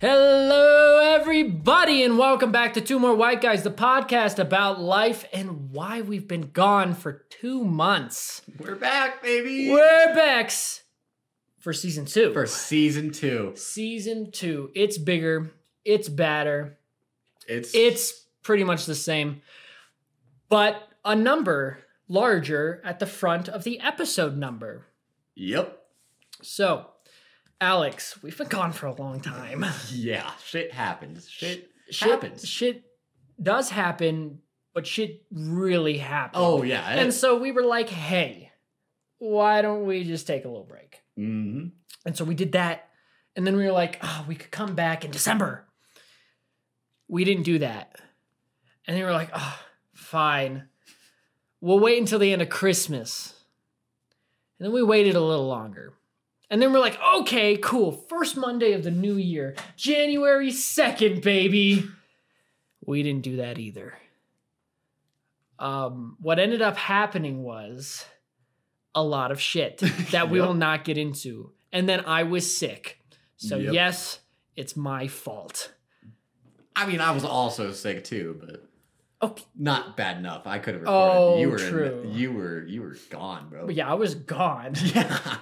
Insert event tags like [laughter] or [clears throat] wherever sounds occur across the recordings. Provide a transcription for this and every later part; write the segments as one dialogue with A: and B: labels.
A: Hello, everybody, and welcome back to Two More White Guys, the podcast about life and why we've been gone for two months.
B: We're back, baby.
A: We're back s- for season two.
B: For season two.
A: Season two. It's bigger, it's badder,
B: It's
A: it's pretty much the same, but a number larger at the front of the episode number.
B: Yep.
A: So, Alex, we've been gone for a long time.
B: Yeah. Shit happens. Shit,
A: shit,
B: happens.
A: Shit does happen, but shit really happened.
B: oh yeah.
A: and so we were like, hey, why don't we just take a little break?
B: hmm
A: And so we did that. And then we were like, oh, we could come back in December. We didn't do that. And they were like, oh, fine. We'll wait until the end of Christmas. And then we waited a little longer. And then we're like, okay, cool. First Monday of the new year, January 2nd, baby. We didn't do that either. Um, what ended up happening was a lot of shit that we
B: Yep.
A: will not get into. And then I was sick. So,
B: Yep.
A: yes, it's my fault.
B: I mean, I was also sick too, but
A: Okay.
B: not bad enough. I could have recorded.
A: Oh,
B: you were in-
A: true.
B: you were you were gone, bro. [laughs]
A: But yeah, I was gone. [laughs]
B: Yeah.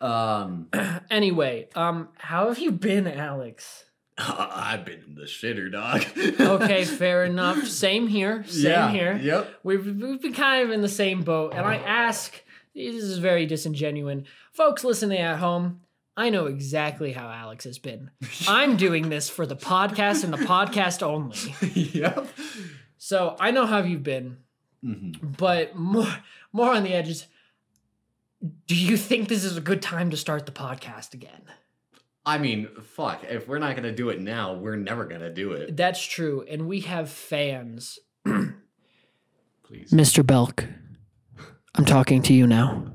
B: Um, [clears throat]
A: anyway, um, how have you been, Alex?
B: I've been in the shitter, dog. [laughs]
A: Okay, fair enough. Same here. Same
B: yeah.
A: here.
B: Yep. [laughs]
A: We've, we've been kind of in the same boat. And I ask, this is very disingenuous. Folks listening at home, I know exactly how Alex has
B: [laughs]
A: been. I'm doing this for the podcast and the podcast only.
B: yep.
A: So I know how you've been,
B: hmm
A: but more, more on the edges. Do you think this is a good time to start the podcast again?
B: I mean, fuck. If we're not gonna do it now, we're never gonna do it.
A: That's true. And we have fans.
B: Please.
A: Mr. Belk, I'm talking to you now.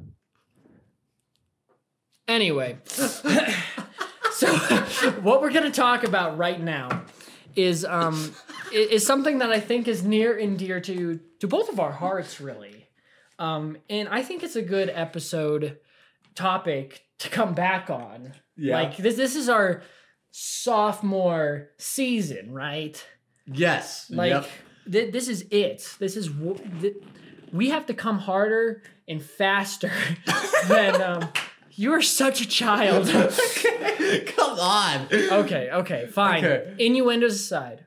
A: Anyway, so what we're going to talk about right now is um i- is something that I think is near and dear to to both of our hearts really. Um and I think it's a good episode topic to come back on.
B: Yeah.
A: Like this this is our sophomore season, right?
B: yes.
A: Like
B: yep.
A: thi- this is it. This is wh- thi- we have to come harder and faster [laughs] than um, you are such a child. [laughs]
B: [laughs] Come on.
A: okay, okay, fine.
B: Okay.
A: Innuendos aside,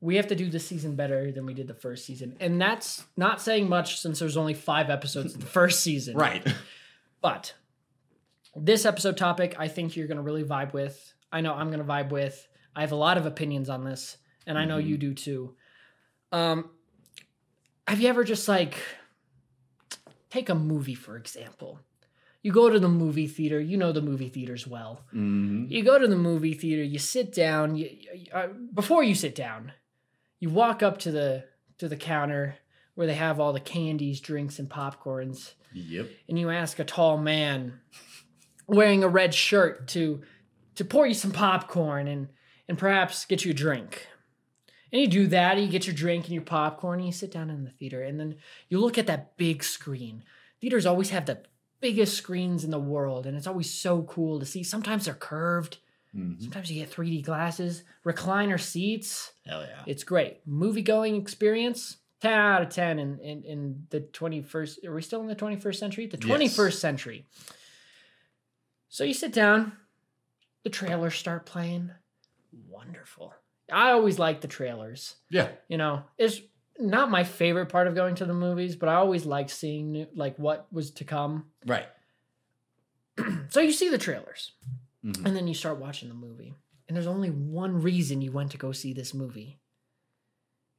A: we have to do this season better than we did the first season, and that's not saying much since there's only five episodes in the first season.
B: Right.
A: But this episode topic, I think you're going to really vibe with. I know I'm going to vibe with. I have a lot of opinions on this, and I know you do too. Um, have you ever just like take a movie for example? You go to the movie theater. You know the movie theaters well.
B: Mhm.
A: You go to the movie theater. You sit down. You, you- uh, before you sit down, you walk up to the to the counter where they have all the candies, drinks, and popcorns
B: Yep.
A: and you ask a tall man wearing a red shirt to to pour you some popcorn and and perhaps get you a drink. And you do that, you get your drink and your popcorn, and you sit down in the theater, and then you look at that big screen. Theaters always have the biggest screens in the world, and it's always so cool to see. Sometimes they're curved,
B: Mhm.
A: sometimes you get 3D glasses, recliner seats.
B: Hell yeah.
A: It's great. Movie going experience, 10 out of 10 in, in, in the 21st. Are we still in the 21st century? The
B: Yes.
A: 21st century. So you sit down, the trailers start playing. Wonderful. I always like the trailers.
B: Yeah.
A: You know, it's not my favorite part of going to the movies, but I always like seeing new, like what was to come.
B: Right.
A: So you see the trailers
B: Mhm.
A: and then you start watching the movie. And there's only one reason you went to go see this movie.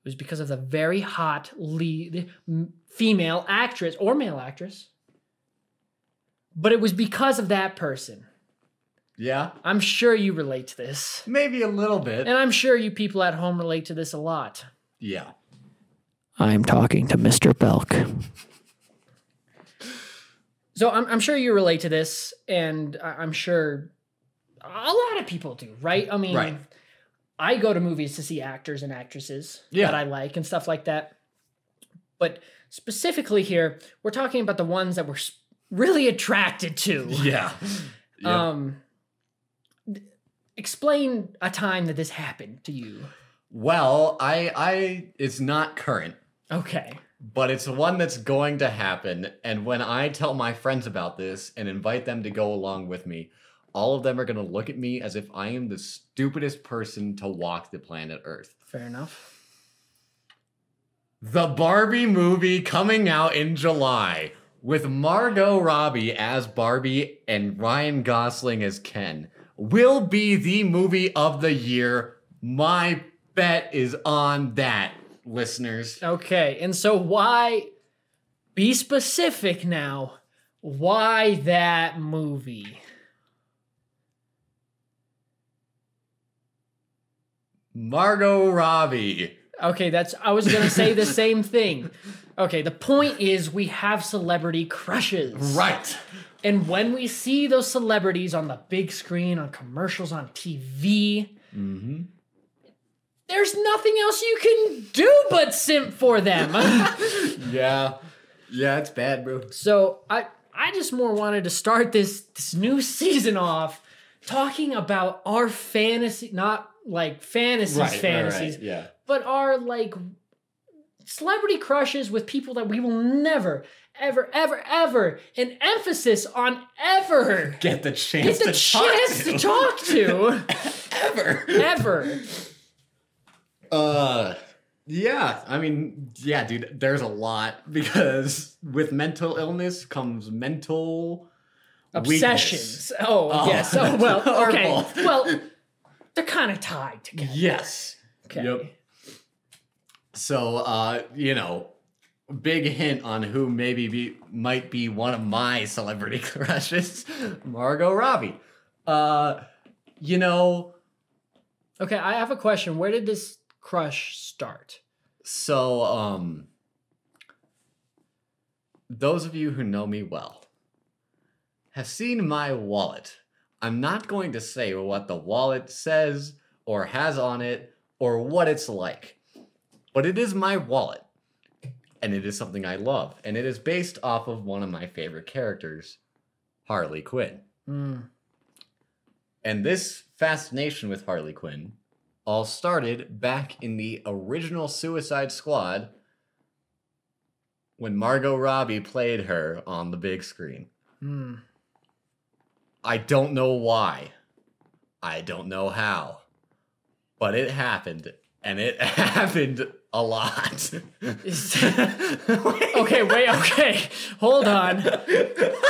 A: It was because of the very hot lead m- female actress or male actress. But it was because of that person.
B: Yeah.
A: I'm sure you relate to this.
B: Maybe a little bit.
A: And I'm sure you people at home relate to this a lot.
B: [laughs] Yeah.
A: I'm talking to Mr. Belk. So I'm, I'm sure you relate to this, and I- I'm sure a lot of people do, right? I mean,
B: Right.
A: I go to movies to see actors and actresses
B: Yeah.
A: that I like and stuff like that. But specifically here, we're talking about the ones that we're s- really attracted to.
B: Yeah. Yep.
A: Um, th- explain a time that this happened to you.
B: Well, I I it's not current,
A: Okay.
B: but it's one that's going to happen. And when I tell my friends about this and invite them to go along with me, all of them are going to look at me as if I am the stupidest person to walk the planet Earth.
A: Fair enough.
B: The Barbie movie coming out in July with Margot Robbie as Barbie and Ryan Gosling as Ken will be the movie of the year. My bet is on that, listeners.
A: Okay. And so why be specific now? Why that movie?
B: Margot Robbie.
A: Okay, that's I was going to say
B: [laughs]
A: the same thing. Okay, the point is we have celebrity crushes.
B: Right.
A: And when we see those celebrities on the big screen, on commercials, on TV,
B: Mm-hmm.
A: there's nothing else you can do but simp for
B: [laughs]
A: them.
B: Yeah. Yeah, it's bad, bro.
A: so I I just more wanted to start this this new [laughs] season off talking about our fantasy, not like fantasies, fantasies,
B: Yeah.
A: but our like celebrity crushes with people that we will never, ever, ever, ever, an emphasis on
B: [laughs]
A: ever
B: Get the chance
A: get the
B: to talk
A: chance
B: to
A: to talk to
B: [laughs] ever.
A: ever.
B: Uh yeah, I mean, yeah, dude, there's a lot [laughs] because with mental illness comes mental weakness.
A: obsessions. Oh,
B: Oh.
A: yes. Oh
B: [laughs]
A: well.
B: Our
A: Okay.
B: fault.
A: well, they're kind of tied together.
B: Yes.
A: Okay.
B: Yep. So, uh, you know, big hint on who maybe be, might be one of my celebrity [laughs] crushes, Margot Robbie. Uh, you know,
A: Okay. I have a question. Where did this crush start?
B: so um those of you who know me well have seen my wallet. I'm not going to say what the wallet says or has on it or what it's like. But it is my wallet. And it is something I love. And it is based off of one of my favorite characters, Harley Quinn.
A: Hmm.
B: And this fascination with Harley Quinn all started back in the original Suicide Squad when Margot Robbie played her on the big screen.
A: Hmm.
B: I don't know why. I don't know how. But it happened, and it [laughs] happened a lot.
A: [laughs] Okay. Wait. Okay. Hold on.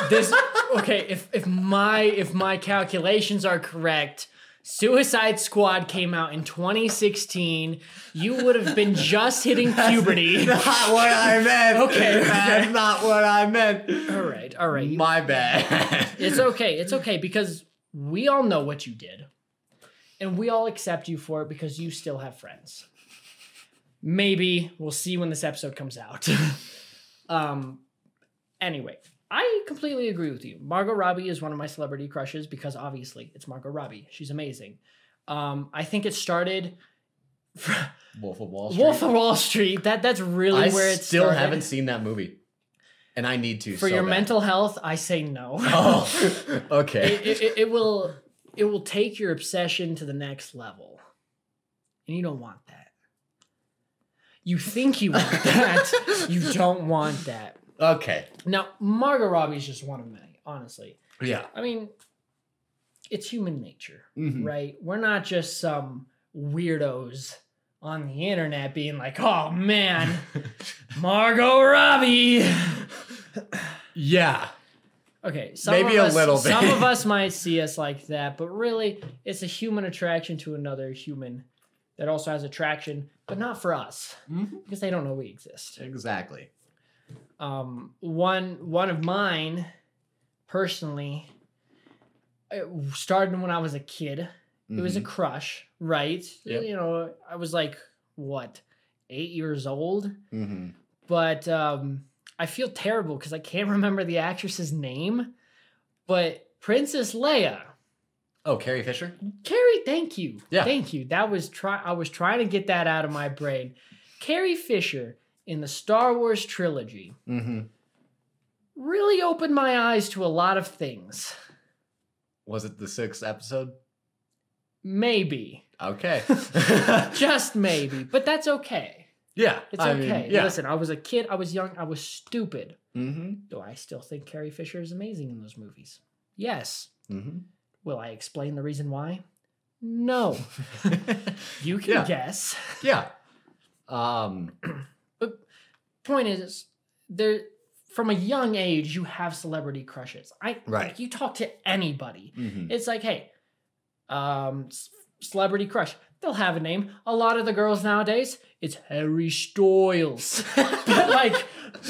A: This. Okay. If if my if my calculations are correct. Suicide Squad came out in 2016. You would have been just hitting
B: [laughs]
A: puberty.
B: [laughs] Not what I meant.
A: Okay, okay.
B: That's not what I meant.
A: All right, all right. you-
B: My bad.
A: It's okay. It's okay because we all know what you did. And we all accept you for it because you still have friends. Maybe we'll see when this episode comes out. [laughs] um anyway, I completely agree with you. Margot Robbie is one of my celebrity crushes because obviously it's Margot Robbie. She's amazing. Um I think it started
B: Wolf of Wall Street.
A: Wolf of Wall Street. That that's really
B: I
A: where it
B: still
A: started.
B: haven't seen that movie, and I need to
A: for
B: so
A: your
B: bad.
A: mental health, I say no.
B: [laughs]
A: [laughs]
B: Oh, [laughs] okay.
A: it, it- it, it will it will take your obsession to the next level and you don't want that you think you want that you don't want that
B: okay.
A: now margot robbie is just one of many honestly
B: Yeah.
A: i mean it's human nature
B: Mhm.
A: right we're not just some weirdos on the internet being like oh
B: [laughs]
A: man margot robbie
B: Yeah.
A: Okay, some
B: Maybe
A: of
B: a
A: us,
B: little bit.
A: Some
B: [laughs]
A: of us might see us like that, but really, it's a human attraction to another human that also has attraction, but not for us
B: Mm-hmm.
A: because they don't know we exist.
B: Exactly.
A: Um, one one of mine, personally, it started when I was a kid. It
B: Mm-hmm.
A: was a crush, right?
B: Yep.
A: You know, I was like what, eight years old,
B: hmm
A: but um, I feel terrible because I can't [laughs] remember the actress's name. But Princess Leia,
B: Oh, Carrie Fisher.
A: Carrie, thank you,
B: Yeah.
A: thank you. That was try. I was trying to get that out of my brain. Carrie Fisher in the Star Wars trilogy
B: Mm-hmm.
A: really opened my eyes to a lot of things.
B: Was it the sixth episode?
A: Maybe. [laughs]
B: Okay. [laughs]
A: Just maybe. But that's okay.
B: yeah.
A: It's
B: I mean,
A: okay.
B: yeah.
A: Listen, I was a kid, I was young, I was stupid.
B: Mm-hmm.
A: Do I still think Carrie Fisher is amazing in those movies? Yes.
B: Mm-hmm.
A: Will I explain the reason why? No. You can
B: Yeah.
A: guess.
B: Mm-hmm. [laughs] yeah. Um.
A: Point is, there from a young age you have celebrity crushes. I
B: Right.
A: like, you talk to anybody.
B: mhm.
A: It's like, hey, um, c- celebrity crush. They'll have a name. A lot of the girls nowadays, it's Harry Styles. [laughs] but like,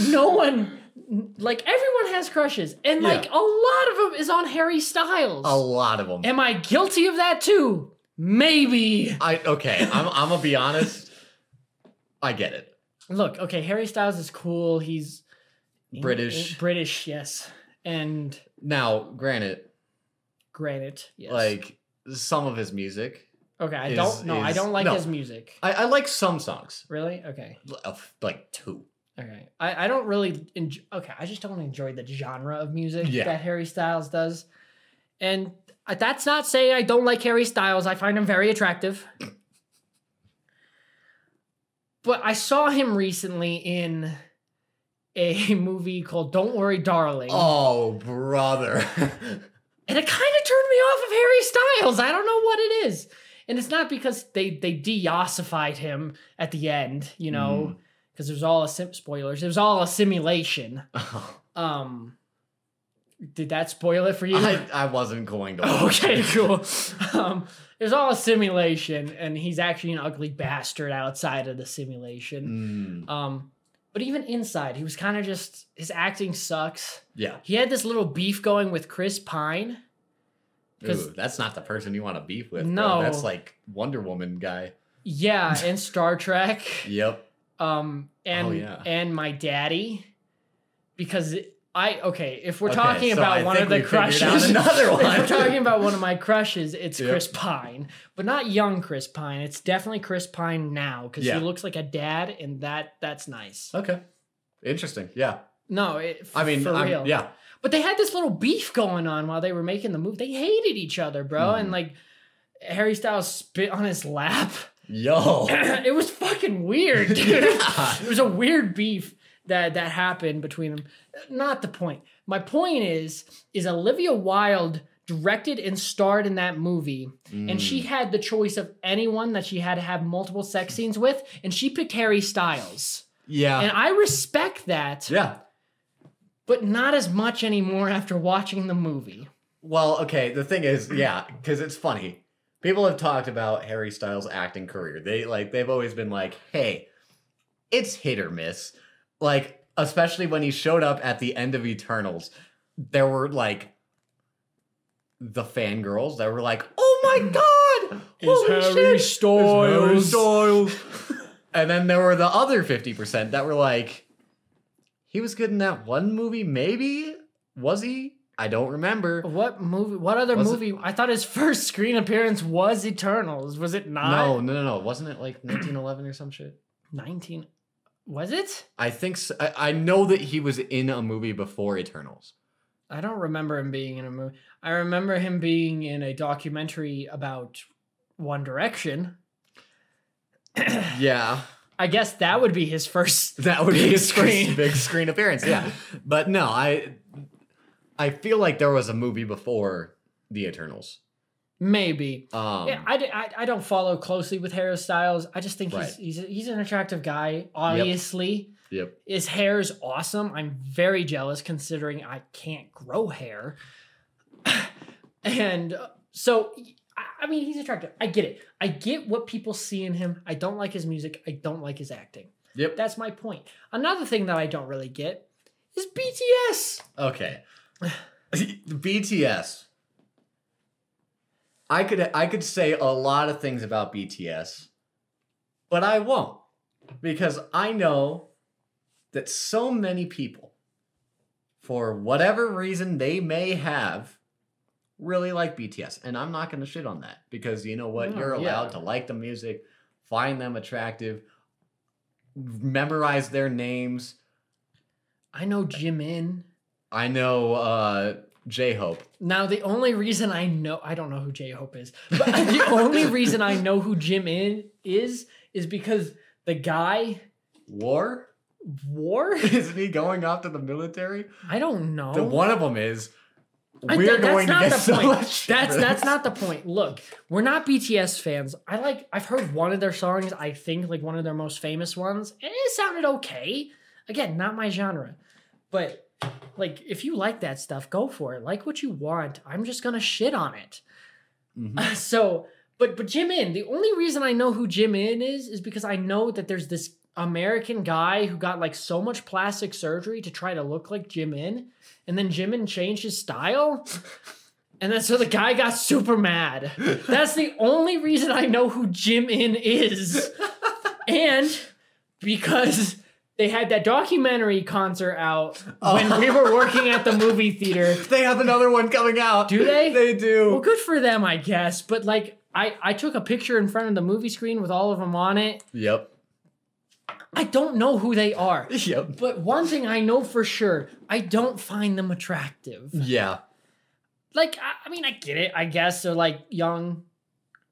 A: no one, like everyone has crushes, and
B: Yeah.
A: like a lot of them is on Harry Styles.
B: A lot of them.
A: Am I guilty of that too? Maybe.
B: I okay. I'm. I'm gonna be honest. I get it.
A: Look, okay, Harry Styles is cool. He's
B: British.
A: British, yes, and
B: Now, granted,
A: granite, yes.
B: like some of his music,
A: okay, I
B: is-
A: don't know. I
B: is-
A: don't like
B: no.
A: his music.
B: I, I like some songs.
A: Really? Okay.
B: L- of, Like two.
A: Okay. I, I don't really enjoy, okay, I just don't enjoy the genre of music
B: Yeah.
A: that Harry Styles does. And I- that's not saying I don't like Harry Styles. I find him very attractive. but I saw him recently in a [laughs] movie called Don't Worry Darling. [laughs]
B: Oh, brother. [laughs]
A: And it kind of turned me off of Harry Styles. I don't know what it is. And it's not because they they deossified him at the end, you know,
B: Mm-hmm.
A: because it was all a sim- spoilers. It was all a simulation. Um, did that spoil it for you?
B: I, I wasn't going
A: [laughs]
B: to.
A: okay, cool. Um, it was all a simulation, and he's actually an ugly bastard outside of the simulation.
B: Mm,
A: Um, but even inside, he was kind of just his acting sucks.
B: yeah.
A: He had this little beef going with Chris Pine. 'Cause-
B: Ooh, that's not the person you want to beef with.
A: No.
B: Bro. That's like Wonder Woman guy.
A: Yeah, and Star Trek.
B: [laughs] Yep.
A: Um, and
B: Oh, yeah.
A: and my daddy, because it- I okay. If we're
B: Okay,
A: talking
B: so
A: about
B: I
A: one of
B: think
A: the
B: we figured out
A: crushes, [laughs]
B: another
A: if
B: one.
A: we're talking about one of my crushes, it's
B: Yep.
A: Chris Pine, but not young Chris Pine. It's definitely Chris Pine now because
B: Yeah.
A: he looks like a dad, and that that's nice.
B: Okay. Interesting. Yeah.
A: No, it,
B: I mean,
A: for
B: I'm-
A: real.
B: yeah.
A: But they had this little beef going on while they were making the move. They hated each other, bro,
B: Mm-hmm.
A: and like Harry Styles spit on his lap.
B: Yo.
A: [clears throat] it was fucking weird, dude.
B: [laughs] Yeah.
A: It was a weird beef that that happened between them. Not the point. My point is is Olivia Wilde directed and starred in that movie [coughs] and
B: Mm,
A: she
B: Hmm.
A: had the choice of anyone that she had to have multiple sex scenes with and she picked Harry Styles.
B: Yeah.
A: And I respect that,
B: yeah.
A: but not as much anymore after watching the movie.
B: Well, okay. The thing is, yeah, because it's funny. People have talked about Harry Styles' acting career. They like they've always been like, "Hey, it's hit or miss." Like, especially when he showed up at the end of Eternals, there were like the fangirls that were like, [laughs] "Oh my god, holy shit, it's Harry Styles!" [laughs] and then there were the other fifty percent that were like, "He was good in that one movie, maybe was he? I don't remember."
A: What movie? What other
B: Was it-
A: movie? I thought his first screen appearance was Eternals. Was it not?
B: No, no, no, no. Wasn't it like 1911 or some shit?
A: 19 was it
B: I think so. I, I know that he was in a movie before [sighs] Eternals.
A: i don't remember him being in a movie i remember him being in a documentary about one direction
B: Yeah,
A: i guess that would be his first [laughs]
B: that would be
A: Big
B: his
A: screen.
B: first [laughs] big screen appearance. Yeah, [laughs] but no, I I feel like there was a movie before the Eternals.
A: maybe
B: Um,
A: yeah, I, d- I- I don't follow closely with Harry Styles. I just think
B: Right.
A: he's, he's he's an attractive guy. Obviously,
B: yep.
A: his hair's awesome. I'm very jealous considering I can't grow hair. [sighs] and uh, so, I- I mean, he's attractive. I get it. I get what people see in him. I don't like his music. I don't like his acting.
B: Yep.
A: That's my point. Another thing that I don't really get is BTS.
B: Okay. [sighs] BTS. I could I could say a lot of things about BTS, but I won't because I know that so many people for whatever reason they may have really like BTS and I'm not going to shit on that because you know what
A: No,
B: you're allowed
A: yeah.
B: to like the music, find them attractive, memorize their names.
A: I know Jimin.
B: I know uh J Hope.
A: Now the only reason I know I don't know who J Hope is, but [laughs] the only reason I know who Jim in is is because the guy
B: War? [laughs]
A: war.
B: Isn't he going off to the military?
A: I don't know.
B: The one of them is
A: I-
B: we're
A: that-
B: going to
A: that's not
B: get
A: the
B: so
A: point.
B: much. shit
A: That's
B: for
A: that's [laughs]
B: this. [laughs]
A: not the point. Look, we're not BTS fans. I like I've heard one of their songs, I think like one of their most famous ones, and it sounded okay. Again, not my genre. But like if you like that stuff, go for it. Like what you want. I'm just going to shit on it.
B: Mhm.
A: So, but but Jim In, the only reason I know who Jim In is is because I know that there's this American guy who got like so much plastic surgery to try to look like Jim In, and then Jim In changed his style. And then so the guy got super mad. That's the only reason I know who Jim In is. And because they had that documentary concert out when we were working at the movie theater
B: They have another one coming out.
A: Do they?
B: They do.
A: well, good for them, I guess. But like, I I took a picture in front of the movie screen with all of them on it.
B: Yep. [laughs]
A: I don't know who they are.
B: Yep.
A: But one thing I know for sure, I don't find them attractive.
B: Yeah.
A: Like, I, I mean, I get it. I guess they're like young.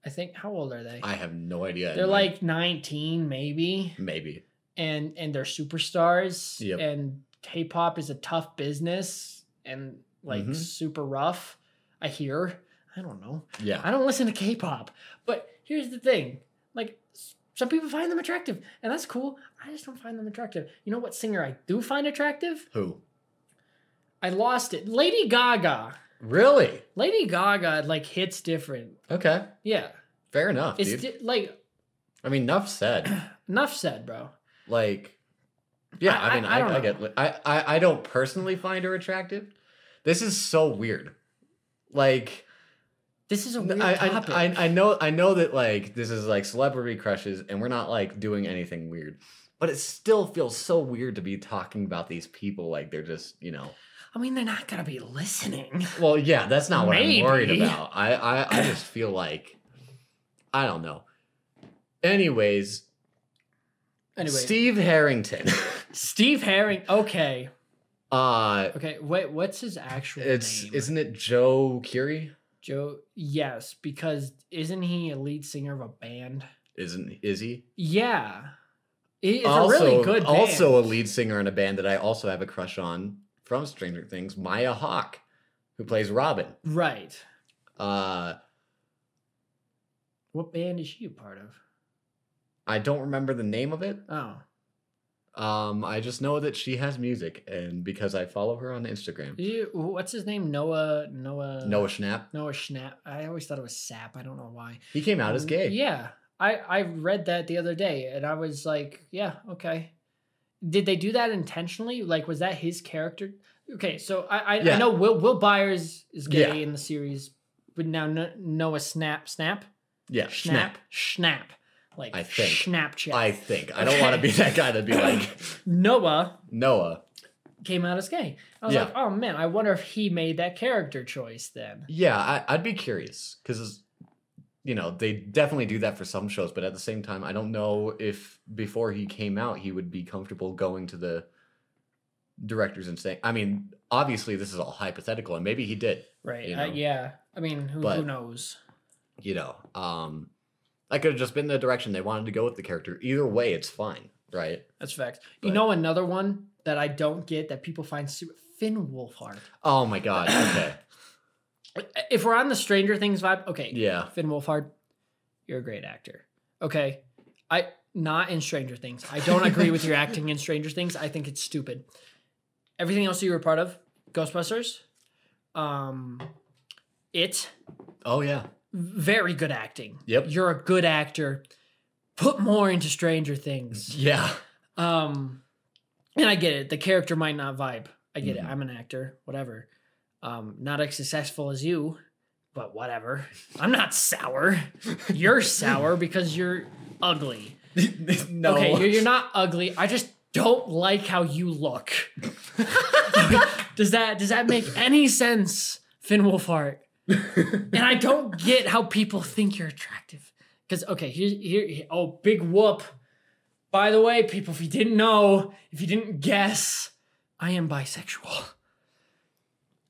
A: I think how old are they?
B: I have no idea.
A: They're like 19 maybe,
B: maybe.
A: and and they're superstars.
B: Yep.
A: And K-pop is a tough business and like
B: Mhm.
A: super rough. I hear. I don't know.
B: Yeah.
A: I don't listen to K-pop, but here's the thing: like s- some people find them attractive, and that's cool. I just don't find them attractive. You know what singer I do find attractive?
B: Who?
A: I lost it. Lady Gaga.
B: Really?
A: Lady Gaga like hits different.
B: Okay.
A: Yeah,
B: Fair enough,
A: it's
B: dude.
A: di- like
B: I mean,
A: [clears throat]
B: enough said.
A: enough said, bro.
B: Like, yeah.
A: I-
B: I,
A: I-
B: mean,
A: I
B: I,
A: don't
B: I,
A: know.
B: get. I, I I don't personally find her attractive. This is so weird. Like.
A: This is a
B: No,
A: weird
B: I,
A: topic.
B: I, I, I know I know that like this is like celebrity crushes and we're not like doing anything weird. But it still feels so weird to be talking about these people like they're just, you know.
A: I mean, they're not gonna be listening.
B: Well, yeah, that's not what
A: Maybe. [laughs]
B: I'm worried about. I, I I just feel like I don't know. Anyways,
A: Anyway, Steve,
B: Steve Harrington. [laughs]
A: Herring. Okay,
B: uh
A: okay. Wait, what's his actual
B: it's
A: name?
B: isn't it Joe Curie?
A: Joe. Yes, because isn't he a lead singer of a band?
B: Isn't is he?
A: Yeah. It is a really good band.
B: Also a lead singer in a band that I also have a crush on from Stranger Things, Maya Hawk, who plays Robin.
A: Right.
B: Uh,
A: What band is she a part of?
B: I don't remember the name of it.
A: Oh.
B: Um, I just know that she has music, and because I follow her on Instagram,
A: Is he- what's his name? Noah Noah
B: Noah Schnapp,
A: Noah Schnapp. I always thought it was Sap. I don't know why.
B: he came out as gay.
A: Mm, Yeah. I, I read that the other day and I was like, yeah, okay. Did they do that intentionally? Like, was that his character? Okay, so I I, I
B: Yeah.
A: know Will Will Byers is gay
B: Yeah.
A: in the series, but now no, Noah Snap Snap
B: yeah, Schnapp.
A: Snap Snap like
B: I think.
A: Snapchat.
B: I think I don't want to
A: Okay.
B: be that guy that'd
A: [laughs]
B: be like
A: Noah
B: Noah.
A: came out as gay. I was
B: Yeah.
A: like, oh man, I wonder if he made that character choice then.
B: Yeah, I, I'd be curious because you know they definitely do that for some shows, but at the same time, I don't know if before he came out he would be comfortable going to the directors and saying. I mean, obviously this is all hypothetical, and maybe he did.
A: Right.
B: You
A: uh,
B: know.
A: yeah. I mean, who, who
B: But-
A: knows?
B: You know, um, that could have just been the direction they wanted to go with the character. Either way, it's fine, right?
A: That's facts. You
B: But-
A: know, another one that I don't get that people find super Finn Wolfhard.
B: Oh my god. Okay.
A: If we're on the Stranger Things vibe, okay.
B: yeah.
A: Finn Wolfhard, you're a great actor. Okay. I not in Stranger Things. I don't agree with your acting in Stranger Things. I think it's stupid. Everything else you were part of, Ghostbusters, um, it,
B: Oh yeah.
A: very good acting.
B: Yep.
A: You're a good actor. Put more into Stranger Things.
B: Yeah. [laughs]
A: Um and I get it. The character might not vibe. I get
B: Mhm.
A: it. I'm an actor, whatever. Um not as successful as you, but whatever. I'm not sour. You're sour because you're ugly.
B: no.
A: Okay, you're, you're not ugly. I just don't like how you look. [laughs] does that does that make any sense, Finn Wolfhard? and I don't get how people think you're attractive. Because okay, here, here, here- oh, big whoop. By the way, people, if you didn't know, if you didn't guess, I am bisexual.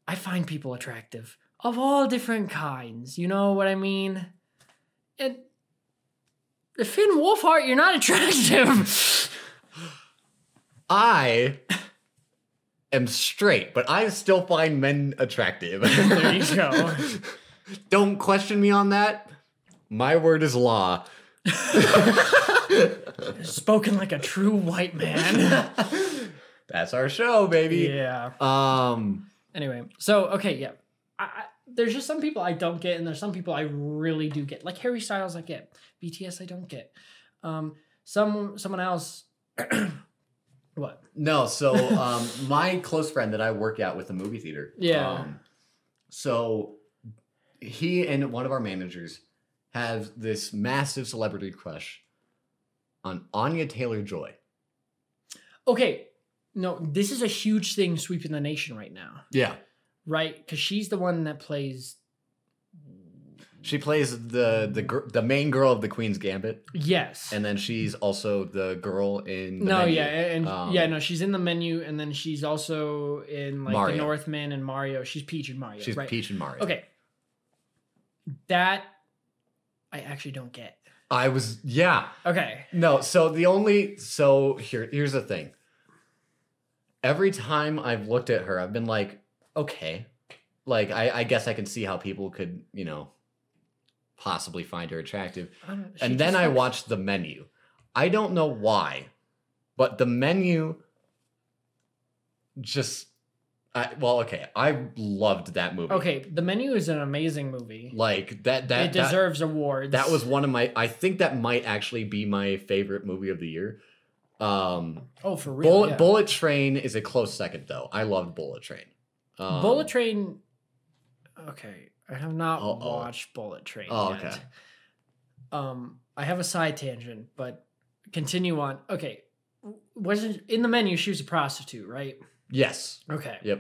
A: I find people attractive of all different kinds. You know what I mean? And Finn Wolfhard, you're not attractive. [laughs]
B: I am straight, but I still find men
A: [laughs]
B: attractive.
A: There you go.
B: Don't question me on that. My word
A: [laughs]
B: is law.
A: Spoken like a true white
B: [laughs]
A: man.
B: That's our show, baby.
A: yeah.
B: Um,
A: Anyway, so okay, yeah. I, I, there's just some people I don't get, and there's some people I really do get. Like Harry Styles, I get. BTS, I don't get. Um, some someone else. [clears throat] what?
B: no, so
A: [laughs]
B: um, my close friend that I work out with the movie theater.
A: Yeah.
B: Um, so he and one of our managers have this massive celebrity crush on Anya Taylor Joy.
A: Okay, no, this is a huge thing sweeping the nation right now,
B: Yeah.
A: right? Because she's the one that plays.
B: She plays the the gir- the main girl of the Queen's Gambit,
A: Yes.
B: and then she's also the girl in. The
A: no,
B: Menu.
A: yeah, and
B: Um,
A: yeah, no, she's in the menu, and then she's also in like
B: Mario.
A: the Northman and Mario. She's Peach and Mario.
B: she's
A: right?
B: Peach and Mario.
A: Okay, that I actually don't get.
B: I was yeah
A: Okay,
B: no. So the only so here here's the thing. Every time I've looked at her, I've been like, okay, like I, I guess I can see how people could you know possibly find her attractive.
A: I don't- she
B: and then
A: just
B: I
A: looks-
B: watched the menu. I don't know why, but the menu just I well, okay. I loved that movie.
A: Okay, the menu is an amazing movie.
B: Like that that
A: it
B: that-
A: deserves awards.
B: that was one of my I think that might actually be my favorite movie of the year. Um
A: oh for real.
B: Bullet
A: yeah.
B: Bullet Train is a close second though. I loved Bullet Train. Um,
A: Bullet Train. Okay, I have not
B: Uh-oh.
A: watched Bullet Train.
B: Oh,
A: yet.
B: okay.
A: Um, I have a side tangent, but continue on. Okay, w- wasn't in the menu. She was a prostitute, right?
B: Yes.
A: Okay.
B: Yep.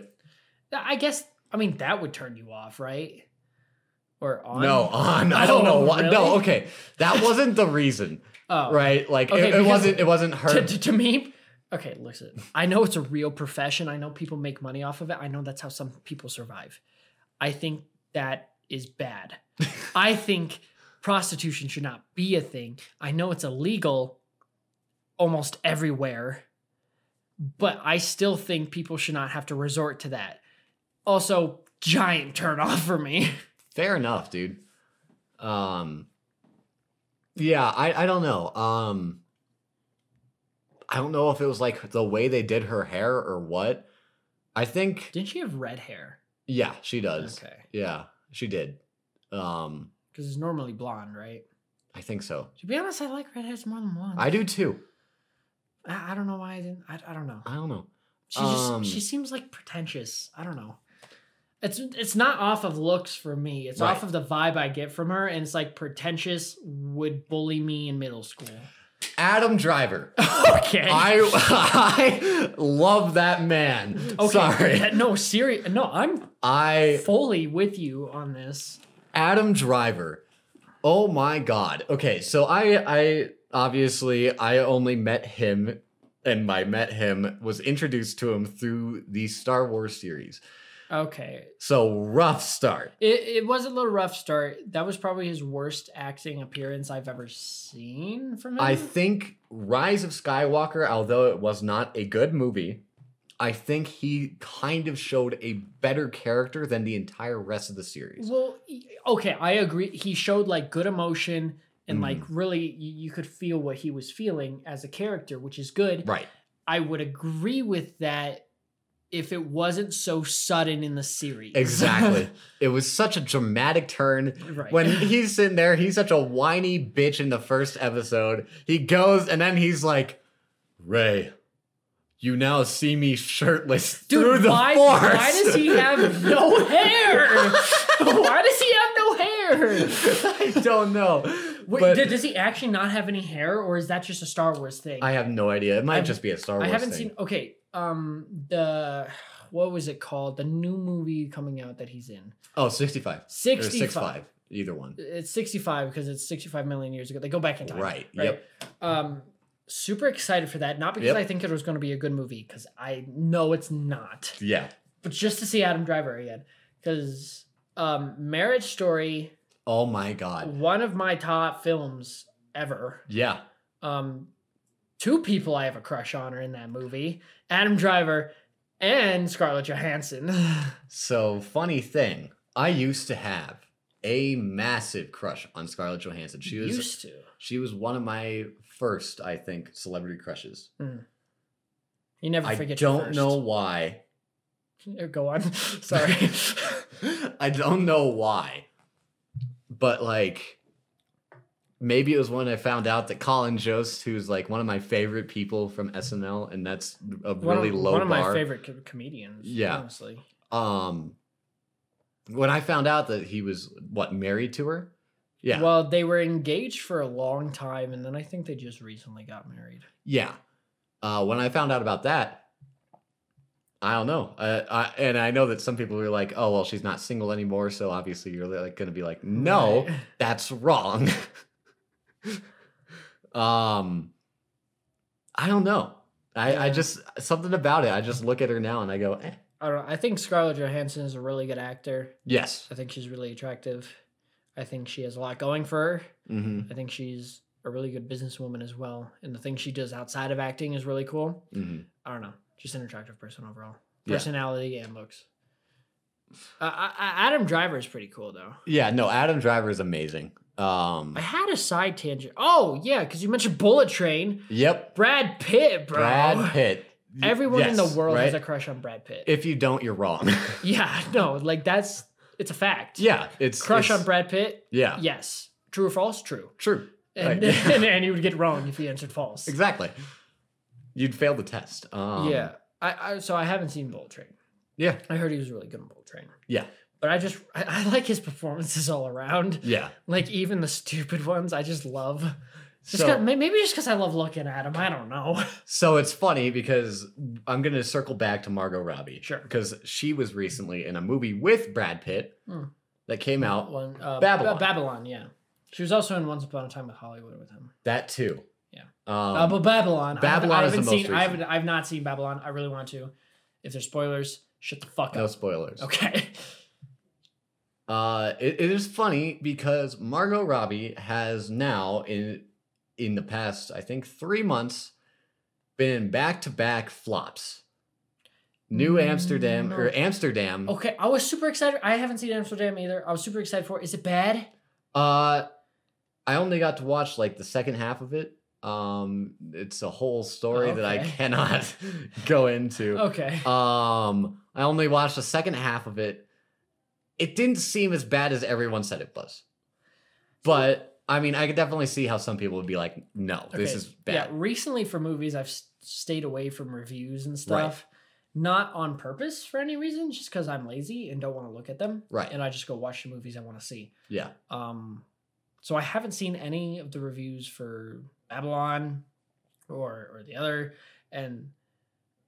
A: Th- I guess. I mean, that would turn you off, right? Or on?
B: No, on. I don't know
A: Oh,
B: why. No,
A: really?
B: okay. That wasn't the reason,
A: [laughs] Oh,
B: right? Like
A: Okay,
B: it, it
A: because-
B: wasn't it wasn't her
A: To, to, to me. Okay, listen. I know it's a real profession. I know people make money off of it. I know that's how some people survive. I think that is [laughs] bad. I think prostitution should not be a thing. I know it's illegal almost everywhere, but I still think people should not have to resort to that. Also, giant turn off for me. [laughs]
B: Fair enough, dude. Um Yeah, I I don't know. Um I don't know if it was like the way they did her hair or what. I think
A: Didn't she have red hair?
B: yeah, she does.
A: Okay.
B: Yeah, she did. Um
A: Because it's normally blonde, right?
B: I think so.
A: To be honest, I like redheads more than blonde.
B: I do too.
A: I, I don't know why I didn't. I, I don't know.
B: I don't know.
A: She just
B: Um,
A: she seems like pretentious. I don't know. It's it's not off of looks for me. It's
B: Right.
A: off of the vibe I get from her, and it's like pretentious would bully me in middle
B: [laughs]
A: school.
B: Adam Driver.
A: okay.
B: I [laughs] I love that man.
A: okay.
B: Sorry.
A: Yeah, No, serious. No, I'm
B: I
A: fully with you on this.
B: Adam Driver. Oh my god. Okay, so I I obviously I only met him and my met him was introduced to him through the Star Wars series.
A: Okay.
B: So rough start.
A: It, it was a little rough start. That was probably his worst acting appearance I've ever seen from him.
B: I think Rise of Skywalker, although it was not a good movie, I think he kind of showed a better character than the entire rest of the series.
A: Well, y- okay, I agree. He showed like good emotion and like
B: Mm.
A: really y- you could feel what he was feeling as a character, which is good.
B: Right.
A: I would agree with that if it wasn't so sudden in the series. [laughs]
B: Exactly. it was such a dramatic turn.
A: right. [laughs]
B: when he's sitting there, he's such a whiny bitch in the first episode. He goes and then he's like, Ray, you now see me shirtless through
A: Dude,
B: the
A: why,
B: force.
A: why does he
B: [laughs]
A: have no hair? [laughs] why does he have no hair? [laughs]
B: I don't know.
A: Wait,
B: but
A: d- does he actually not have any hair, or is that just a Star Wars thing?
B: I have no idea. It might
A: I've-
B: just be a Star Wars.
A: I haven't
B: thing.
A: seen. Okay, um, the what was it called? The new movie coming out that he's in.
B: Oh, 65. Or
A: 65.
B: 65. Either one.
A: It's 65 because it's 65 million years ago. They go back in time.
B: Right. Yep.
A: Um, super excited for that. Not because
B: Yep.
A: I think it was going to be a good movie, because I know it's not.
B: Yeah.
A: but just to see Adam Driver again, because um, Marriage Story,
B: Oh my god.
A: one of my top films ever.
B: Yeah.
A: Um, two people I have a crush on are in that movie: Adam Driver and Scarlett Johansson.
B: So funny thing, I used to have a massive crush on Scarlett Johansson. She was
A: used to.
B: she was one of my first, I think, celebrity crushes.
A: You never
B: I
A: forget.
B: don't
A: your [laughs]
B: know
A: first.
B: why.
A: know. Go on. [laughs] Sorry.
B: [laughs] I don't know why. But like maybe it was when I found out that Colin Jost, who's like one of my favorite people from SNL, and that's a
A: one
B: really
A: of,
B: low
A: one of
B: bar.
A: my favorite co- comedians.
B: Yeah.
A: honestly.
B: um when I found out that he was what married to her? Yeah.
A: Well, they were engaged for a long time, and then I think they just recently got married.
B: Yeah. Uh, when I found out about that, I don't know. Uh, I, and I know that some people were like, oh, well, she's not single anymore. So obviously you're like going to be like, no,
A: Right.
B: that's wrong. [laughs] um, I don't know. I, I
A: Yeah.
B: just, something about it. I just look at her now and I go, eh.
A: I don't. I think Scarlett Johansson is a really good actor.
B: yes.
A: I think she's really attractive. I think she has a lot going for her.
B: hmm
A: I think she's a really good businesswoman as well, and the thing she does outside of acting is really cool.
B: hmm
A: I don't know, just an attractive person overall,
B: Yeah.
A: personality and looks. Uh, I, I- Adam Driver is pretty cool though.
B: Yeah. No, Adam Driver is amazing. Um,
A: I had a side tangent. Oh yeah, because you mentioned Bullet Train,
B: yep.
A: Brad Pitt, bro.
B: Brad Pitt. Y-
A: Everyone in the
B: yes,
A: world has a
B: right?
A: crush on Brad Pitt.
B: If you don't, you're wrong. [laughs]
A: yeah, [laughs] no, like that's it's a fact.
B: yeah. It's
A: crush
B: it's-
A: on Brad Pitt.
B: Yeah.
A: Yes, true or false? True.
B: True.
A: And,
B: Right.
A: [laughs] and, you would get wrong if you answered
B: [laughs]
A: false.
B: Exactly. You'd fail the test. Um,
A: yeah. I, I so I haven't seen Bullet Train.
B: Yeah.
A: I heard he was really good in Bullet Train.
B: Yeah.
A: But I just I, I like his performances all around.
B: Yeah.
A: Like even the stupid ones, I just love. Just
B: So-
A: 'cause- may- maybe just because I love looking at him. I don't know.
B: So it's funny because I'm going to circle back to Margot Robbie.
A: Sure.
B: Because she was recently in a movie with Brad Pitt
A: Hmm.
B: that came
A: [laughs]
B: out.
A: One uh,
B: Babylon.
A: Ba- Babylon. Yeah. She was also in Once Upon a Time with Hollywood with him.
B: That too.
A: Yeah.
B: Um,
A: uh, but Babylon. I haven't-
B: Babylon
A: I
B: is the
A: haven't
B: most
A: seen. I
B: recent.
A: haven't. I've not seen Babylon. I really want to. If there's spoilers, shut the fuck
B: no
A: up.
B: spoilers.
A: Okay. [laughs]
B: Uh, it, it is funny because Margot Robbie has now in in the past, I think, three months, been in back to back flops. New Amsterdam or
A: Mm, No. Oh,
B: Amsterdam.
A: Okay. I was super excited. I haven't seen Amsterdam either. I was super excited for. it. Is it bad?
B: Uh, I only got to watch like the second half of it. Um, it's a whole story that I
A: Okay.
B: [laughs]
A: Oh.
B: cannot go into.
A: Okay.
B: Um, I only watched the second half of it. It didn't seem as bad as everyone said it was, but I mean, I could definitely see how some people would be like, "No, this
A: Okay,
B: is
A: Yeah,
B: bad."
A: recently for movies, I've s- stayed away from reviews and
B: Right.
A: stuff, not on purpose for any reason, just because I'm lazy and don't want to look at them.
B: Right.
A: And I just go watch the movies I want to see.
B: Yeah.
A: Um, so I haven't seen any of the reviews for Babylon, or or the other, and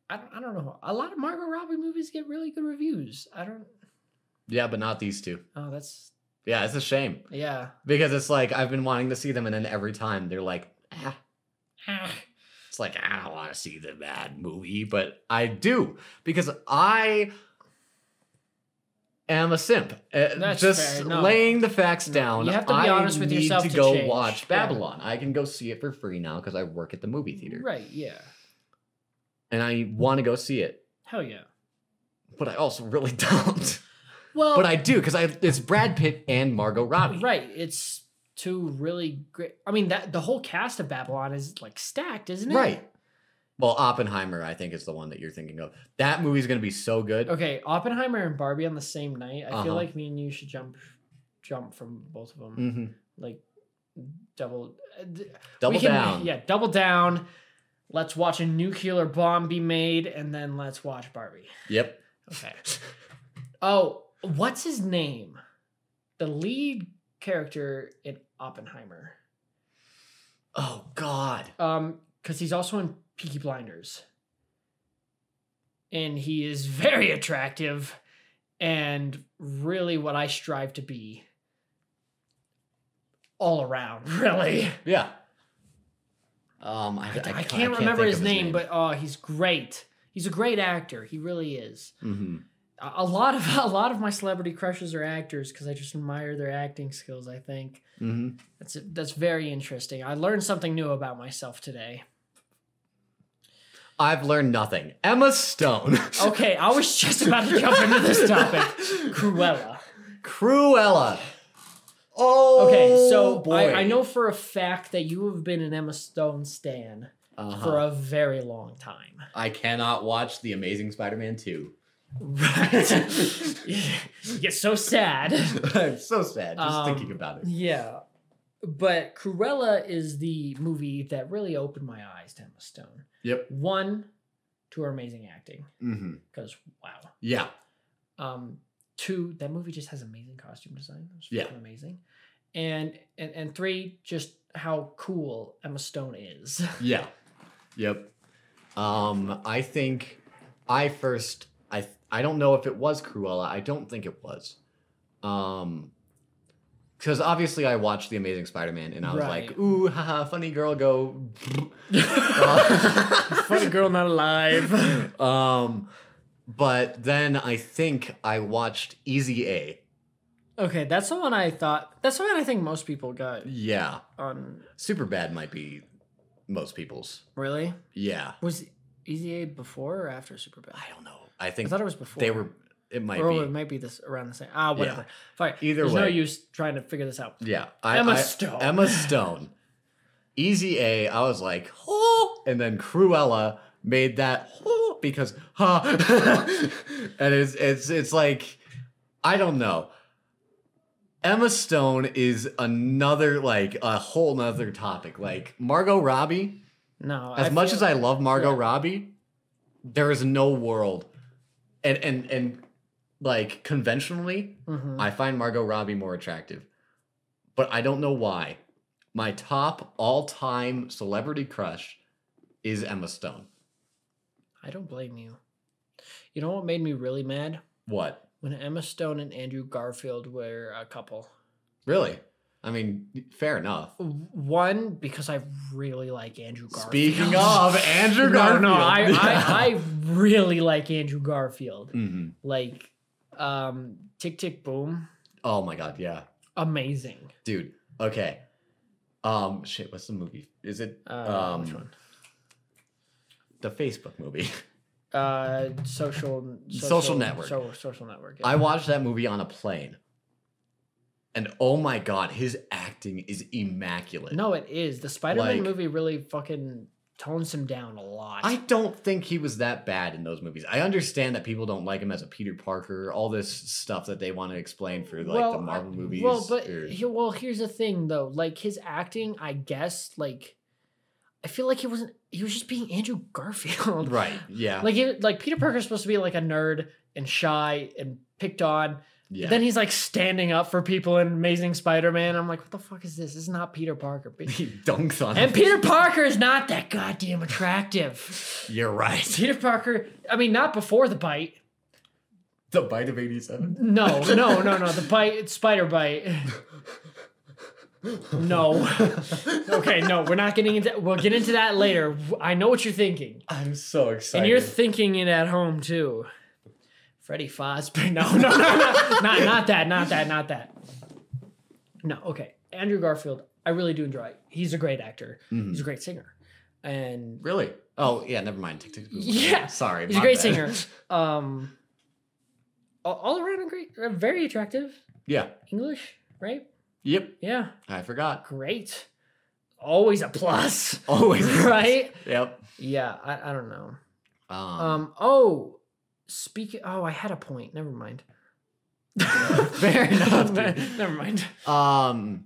A: I don't, I don't know. A lot of Margot Robbie movies get really good reviews. I don't.
B: Yeah, but not these two.
A: Oh, that's
B: Yeah, it's a shame
A: yeah.
B: because it's like I've been wanting to see them, and then every time they're like, "Ah,
A: Ah,
B: It's like I don't want to see the bad movie, but I do because I am a simp. Uh,
A: That's
B: just
A: fair, no.
B: laying the facts
A: No,
B: down.
A: you have to be
B: I
A: honest with
B: need
A: yourself
B: to
A: to
B: go
A: change,
B: watch
A: yeah.
B: Babylon. I can go see it for free now because I work at the movie theater,
A: Right. Yeah.
B: and I want to go see it,
A: Hell yeah.
B: but I also really [laughs] don't.
A: Well,
B: but I do because I it's Brad Pitt and Margot Robbie.
A: Right. It's two really great. I mean, that the whole cast of Babylon is like stacked, isn't it?
B: Right. Well, Oppenheimer, I think, is the one that you're thinking of. That movie's gonna be so good.
A: Okay. Oppenheimer and Barbie on the same night. I
B: Uh-huh.
A: feel like me and you should jump, jump from both of them.
B: hmm
A: Like, double. uh, th-
B: Double
A: we can-
B: down.
A: Yeah, double down. Let's watch a nuclear bomb be made, and then let's watch Barbie.
B: Yep. [laughs]
A: Okay. oh, what's his name? The lead character in Oppenheimer.
B: Oh God.
A: Um, because he's also in Peaky Blinders, and he is [laughs] very attractive, and really what I strive to be. All around, [laughs] really.
B: Yeah. Um, I,
A: I, I can't remember his name, but oh, he's great. He's a great actor. He really is.
B: hmm
A: a a lot of [laughs] a lot of my celebrity crushes are actors because I just admire their acting skills. I think
B: hmm
A: that's that's very interesting. I learned something new about myself today.
B: I've learned nothing. Emma Stone.
A: [laughs] Okay, I was just about to jump into this topic. Cruella.
B: [laughs] Cruella. Oh.
A: Okay, so
B: boy.
A: I, I know for a fact that you have been an Emma Stone stan
B: Uh-huh.
A: for a very long time.
B: I cannot watch The Amazing Spider-Man 2.
A: Right. [laughs] you get so sad.
B: [laughs] I'm so sad just
A: Um,
B: thinking about it.
A: Yeah. But Cruella is the movie that really opened my eyes to Emma Stone.
B: Yep.
A: One, to her amazing acting,
B: hmm
A: because wow.
B: Yeah.
A: Um, two, that movie just has amazing costume design. It's
B: Yeah.
A: fucking amazing. And, and and three, just how cool Emma Stone is.
B: Yeah. Yep. Um, I think I first I I don't know if it was Cruella. I don't think it was. Um because obviously I watched The Amazing Spider-Man and I was
A: Right.
B: like, ooh, haha, funny girl go. [laughs]
A: [laughs] Funny girl not alive.
B: um but then I think I watched Easy A.
A: [laughs] Okay, that's the one I thought. That's the one I think most people got
B: Yeah.
A: on.
B: Super bad might be most people's.
A: Really?
B: Yeah.
A: Was Easy A before or after Superbad?
B: I don't know. I
A: I
B: think
A: thought it was before.
B: they were it might
A: or
B: be.
A: it might be this around the same. Ah, whatever. Fine.
B: Either
A: There's no
B: way.
A: use trying to figure this out.
B: Yeah, I,
A: Emma
B: I-
A: Stone.
B: Emma Stone. Easy A. I was like, oh, and then Cruella made that oh, because huh, [laughs] and it's it's it's like I don't know. Emma Stone is another like a whole nother topic. Like Margot Robbie,
A: No.
B: as much as I love Margot
A: yeah.
B: Robbie, there is no world, and and and like conventionally,
A: hmm
B: I find Margot Robbie more attractive, but I don't know why. My top all time celebrity crush is Emma Stone.
A: I don't blame you. You know what made me really mad
B: What?
A: when Emma Stone and Andrew Garfield were a couple.
B: Really? I mean, fair enough.
A: One because I really like Andrew Garfield. [laughs]
B: Speaking of Andrew Garfield,
A: No, no, I,
B: [laughs]
A: I, I really like Andrew Garfield.
B: Mhm.
A: like um tick tick boom
B: Oh my god, yeah,
A: amazing
B: dude. Okay. Um, shit. What's the movie? Is it
A: uh,
B: Um,
A: which one?
B: the Facebook movie?
A: uh social,
B: Social Network.
A: so, social network yeah.
B: [laughs] I watched that movie on a plane, and oh my god, his acting is immaculate.
A: no it is the spider-man
B: Like-
A: movie really fucking tones him down a lot
B: I don't think he was that bad in those movies. I understand that people don't like him as a Peter Parker, all this stuff that they want to explain for like the
A: Well,
B: Marvel movies.
A: well but
B: or-
A: he- well here's the thing though like his acting i guess like i feel like he wasn't he was just being andrew garfield
B: right, yeah,
A: like it, like peter parker's supposed to be like a nerd and shy and picked on
B: yeah.
A: Then he's like standing up for people in Amazing Spider-Man. I'm like, what the fuck is this? This is not Peter Parker.
B: [laughs] he dunks on
A: and
B: him.
A: Peter Parker is not that goddamn attractive.
B: [laughs] You're right.
A: Peter Parker, I mean, not before the bite.
B: The bite of '87.
A: No, no, no, no. The bite, it's spider bite.
B: [laughs]
A: No. Okay, no, we're not getting into We'll get into that later. I know what you're thinking.
B: I'm so excited.
A: And you're thinking it at home too. Freddy Fazbear. [laughs] No, no, no, no. not, not that, not that, not that. No, okay. Andrew Garfield, I really do enjoy. He's a great actor.
B: Mhm.
A: He's a great singer. And
B: really? Oh yeah, never mind. Tick, tick, boom.
A: Yeah.
B: sorry.
A: he's a
B: my
A: great
B: bad.
A: singer. Um all- all around a great a very attractive.
B: [laughs] Yeah.
A: English, right?
B: Yep.
A: Yeah.
B: I
A: [laughs]
B: forgot.
A: Great. Always a [laughs] plus.
B: Always.
A: right?
B: Yep.
A: Yeah, I, I don't know.
B: Um.
A: Um. Oh, speaking. Oh, I had a point. Never mind.
B: [laughs]
A: [laughs]
B: Fair enough, dude.
A: Never mind.
B: um,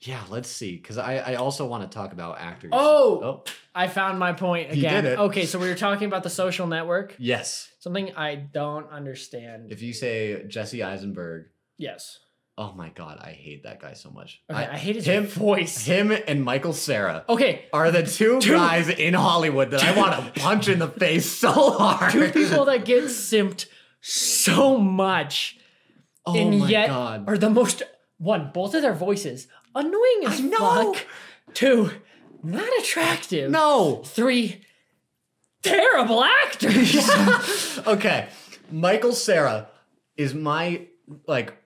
B: yeah. Let's see, because I I also want to talk about actors.
A: Oh!
B: Oh.
A: I found my point
B: You
A: again.
B: did it.
A: Okay, so we were talking about the social network.
B: Yes.
A: Something I don't understand.
B: If you say Jesse Eisenberg,
A: yes.
B: oh my god, I hate that guy so much.
A: Okay. I,
B: I,
A: hate his
B: him-
A: voice.
B: him and Michael Sarah
A: okay.
B: are the two,
A: Two-
B: guys in Hollywood that I want to punch in the face so hard.
A: Two people that get simped so much
B: [laughs] oh
A: and
B: my
A: yet
B: god.
A: are the most one. Both of their voices annoying as
B: I know.
A: fuck. Two, not attractive. [laughs]
B: no. [laughs]
A: Three, terrible actors.
B: okay. Michael Sarah is my like.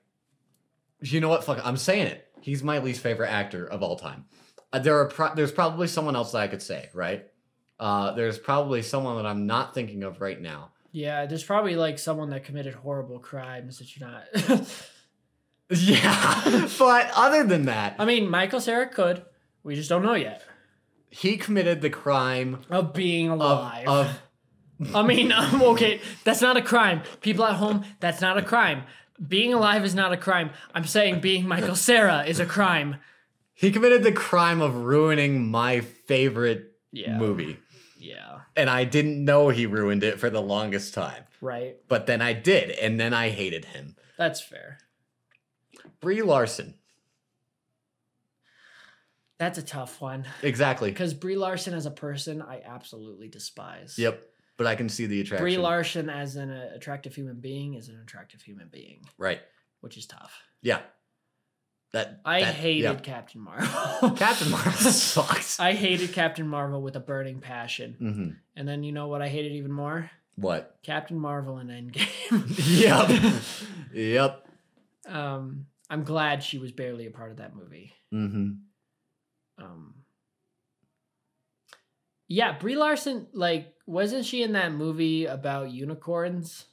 B: You know what? Fuck, it, I'm saying it. He's my least favorite actor of all time. Uh, there are pro- there's probably someone else that I could say, right? Uh, there's probably someone that I'm not thinking of right now.
A: Yeah, there's probably like someone that committed horrible crimes that you're not. [laughs]
B: Yeah, but other than that,
A: I mean, Michael Sarah could. We just don't know yet.
B: he committed the crime
A: Of being
B: of,
A: alive.
B: of
A: I mean, [laughs] um, okay, that's not a crime. People at home, that's not a crime. Being alive is not a crime. I'm saying being Michael Sarah is a crime.
B: he committed the crime of ruining my favorite
A: Yeah.
B: movie,
A: Yeah.
B: and I didn't know he ruined it for the longest time.
A: Right.
B: But then I did, and then I hated him.
A: That's fair.
B: Brie Larson,
A: That's a tough one
B: exactly.
A: because Brie Larson as a person, I absolutely despise.
B: Yep, but I can see the attraction.
A: Brie Larson as an uh, attractive human being is an attractive human being,
B: right?
A: which is tough.
B: Yeah. That
A: I
B: that-
A: hated
B: yeah.
A: Captain Marvel.
B: [laughs]
A: [laughs]
B: Captain Marvel sucks.
A: I hated Captain Marvel with a burning passion.
B: hmm
A: And then you know what I hated even more?
B: What? [laughs]
A: Captain Marvel and Endgame.
B: Yep. yep.
A: um, I'm glad she was barely a part of that movie.
B: Mm-hmm.
A: Um, yeah, Brie Larson, like, wasn't she in that movie about unicorns?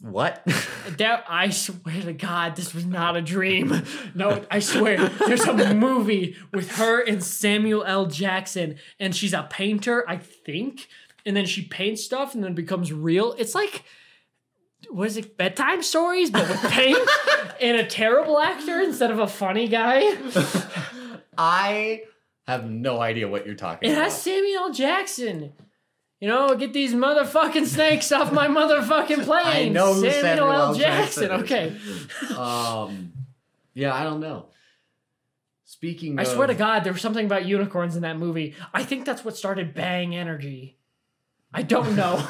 B: What? [laughs]
A: That I swear to God, this was not a dream. No, I swear, there's a movie with her and Samuel L. Jackson, and she's a painter, I think. And then she paints stuff, and then becomes real. It's like, what is it, bedtime stories, but with paint [laughs] and a terrible actor instead of a funny guy.
B: [laughs] I have no idea what you're talking
A: It
B: about.
A: has Samuel L. Jackson. You know, get these motherfucking snakes off my motherfucking plane.
B: I know who
A: Samuel,
B: Samuel
A: L.
B: L.
A: Jackson.
B: Jackson
A: Okay.
B: is. um, yeah, I don't know. Speaking,
A: I
B: of,
A: swear to God, there was something about unicorns in that movie. I think that's what started Bang Energy. I don't know,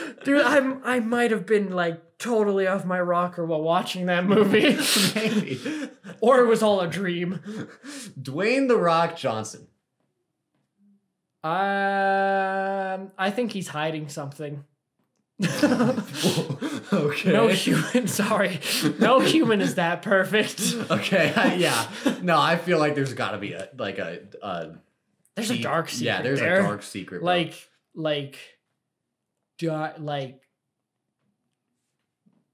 A: [laughs] dude. I'm I might have been like totally off my rocker while watching that movie,
B: [laughs] maybe
A: [laughs] or it was all a dream.
B: Dwayne the
A: [laughs]
B: Rock Johnson.
A: Um, I think he's hiding something. [laughs]
B: okay.
A: No human, sorry, no human is that perfect.
B: Okay. yeah. No, I feel like there's got to be a like a. a
A: There's a
B: deep-
A: dark secret.
B: Yeah, there's
A: there.
B: a dark secret. bro.
A: like like, di- like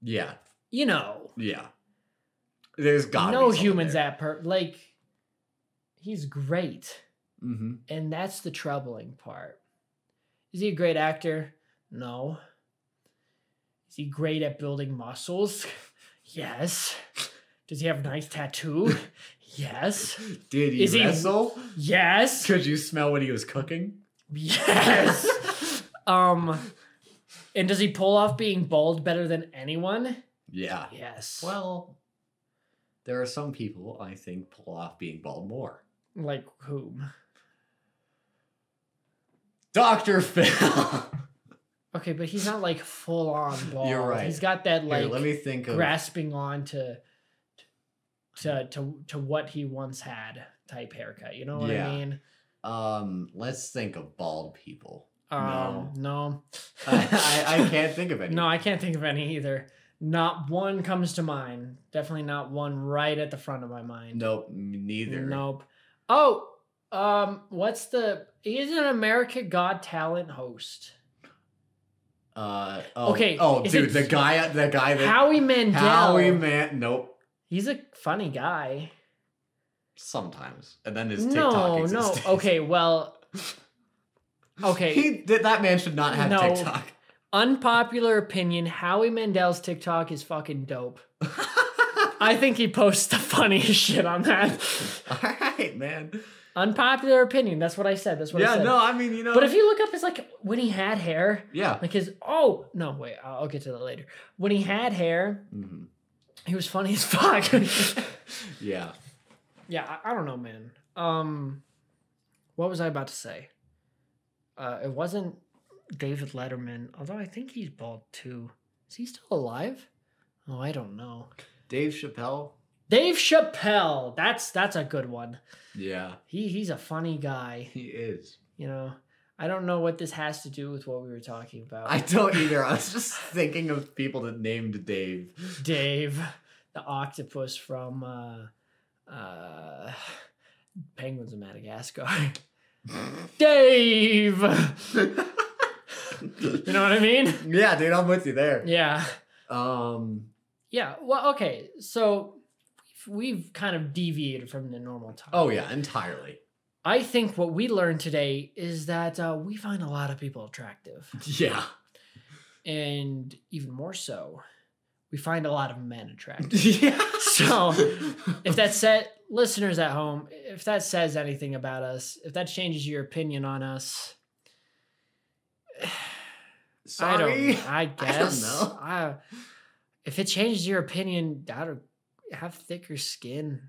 B: Yeah.
A: you know.
B: Yeah. There's got
A: no humans that per like he's great
B: Mm-hmm.
A: and that's the troubling part is he a great actor no is he great at building muscles [laughs] yes does he have a nice tattoo [laughs] yes
B: Did he
A: Is he-
B: wrestle?
A: yes
B: Could you smell what he was cooking?
A: yes [laughs] um and does he pull off being bald better than anyone
B: yeah.
A: yes
B: Well, there are some people I think pull off being bald more.
A: like whom
B: Doctor
A: [laughs]
B: Phil.
A: okay but he's not like full
B: [laughs]
A: on bald
B: right.
A: he's got that like
B: Here, let me think of
A: grasping on to to to to what he once had type haircut. You know what
B: Yeah.
A: I mean?
B: um. Let's think of bald
A: [laughs]
B: people.
A: Um, no,
B: [laughs] I, I, I can't think of any.
A: [laughs] no, I can't think of any either. Not one comes to mind. Definitely not one right at the front of my mind.
B: Nope. m- Neither.
A: Nope. Oh, um, what's the? He's an America God Talent host.
B: Uh. Oh,
A: Okay,
B: Oh,
A: is
B: dude,
A: it-
B: the guy. The guy that.
A: Howie Mandel.
B: Howie man. Nope.
A: he's a funny guy.
B: Sometimes, and then his TikTok.
A: No, no.
B: existence.
A: Okay, well. Okay.
B: [laughs] He that that man should not have
A: No.
B: TikTok. [laughs]
A: Unpopular opinion: Howie Mandel's TikTok is fucking
B: [laughs]
A: dope. I think he posts the funniest shit on that.
B: All right, man.
A: Unpopular opinion. That's what I said. That's what I
B: Yeah,
A: said.
B: no, I mean, you know.
A: But if you look up, it's like when he had hair,
B: yeah.
A: like his oh no wait, I'll, I'll get to that later. When he had hair,
B: Mhm.
A: he was funny as fuck. [laughs]
B: Yeah.
A: yeah, I, I don't know, man. Um, what was I about to say? Uh, it wasn't David Letterman, although I think he's bald too. Is he still alive? Oh, I don't know.
B: Dave Chappelle.
A: Dave Chappelle. That's that's a good one.
B: Yeah,
A: [laughs] He he's a funny guy.
B: he is.
A: You know, I don't know what this has to do with what we were talking about.
B: I don't either. I was just thinking of people that
A: [laughs]
B: named Dave.
A: Dave, the octopus from uh, uh, Penguins of Madagascar. [laughs] Dave! You know what I mean?
B: yeah, dude, I'm with you there.
A: Yeah.
B: Um,
A: Yeah. Well, okay. So we've we've kind of deviated from the normal topic.
B: oh yeah, entirely.
A: I think what we learned today is that uh, we find a lot of people attractive,
B: Yeah,
A: and even more so, we find a lot of men attractive.
B: [laughs] yeah.
A: So, if that said, listeners at home, if that says anything about us, if that changes your opinion on us,
B: sorry,
A: I don't.
B: [laughs]
A: I guess.
B: know.
A: I- if it changes your opinion, I don't have thicker skin.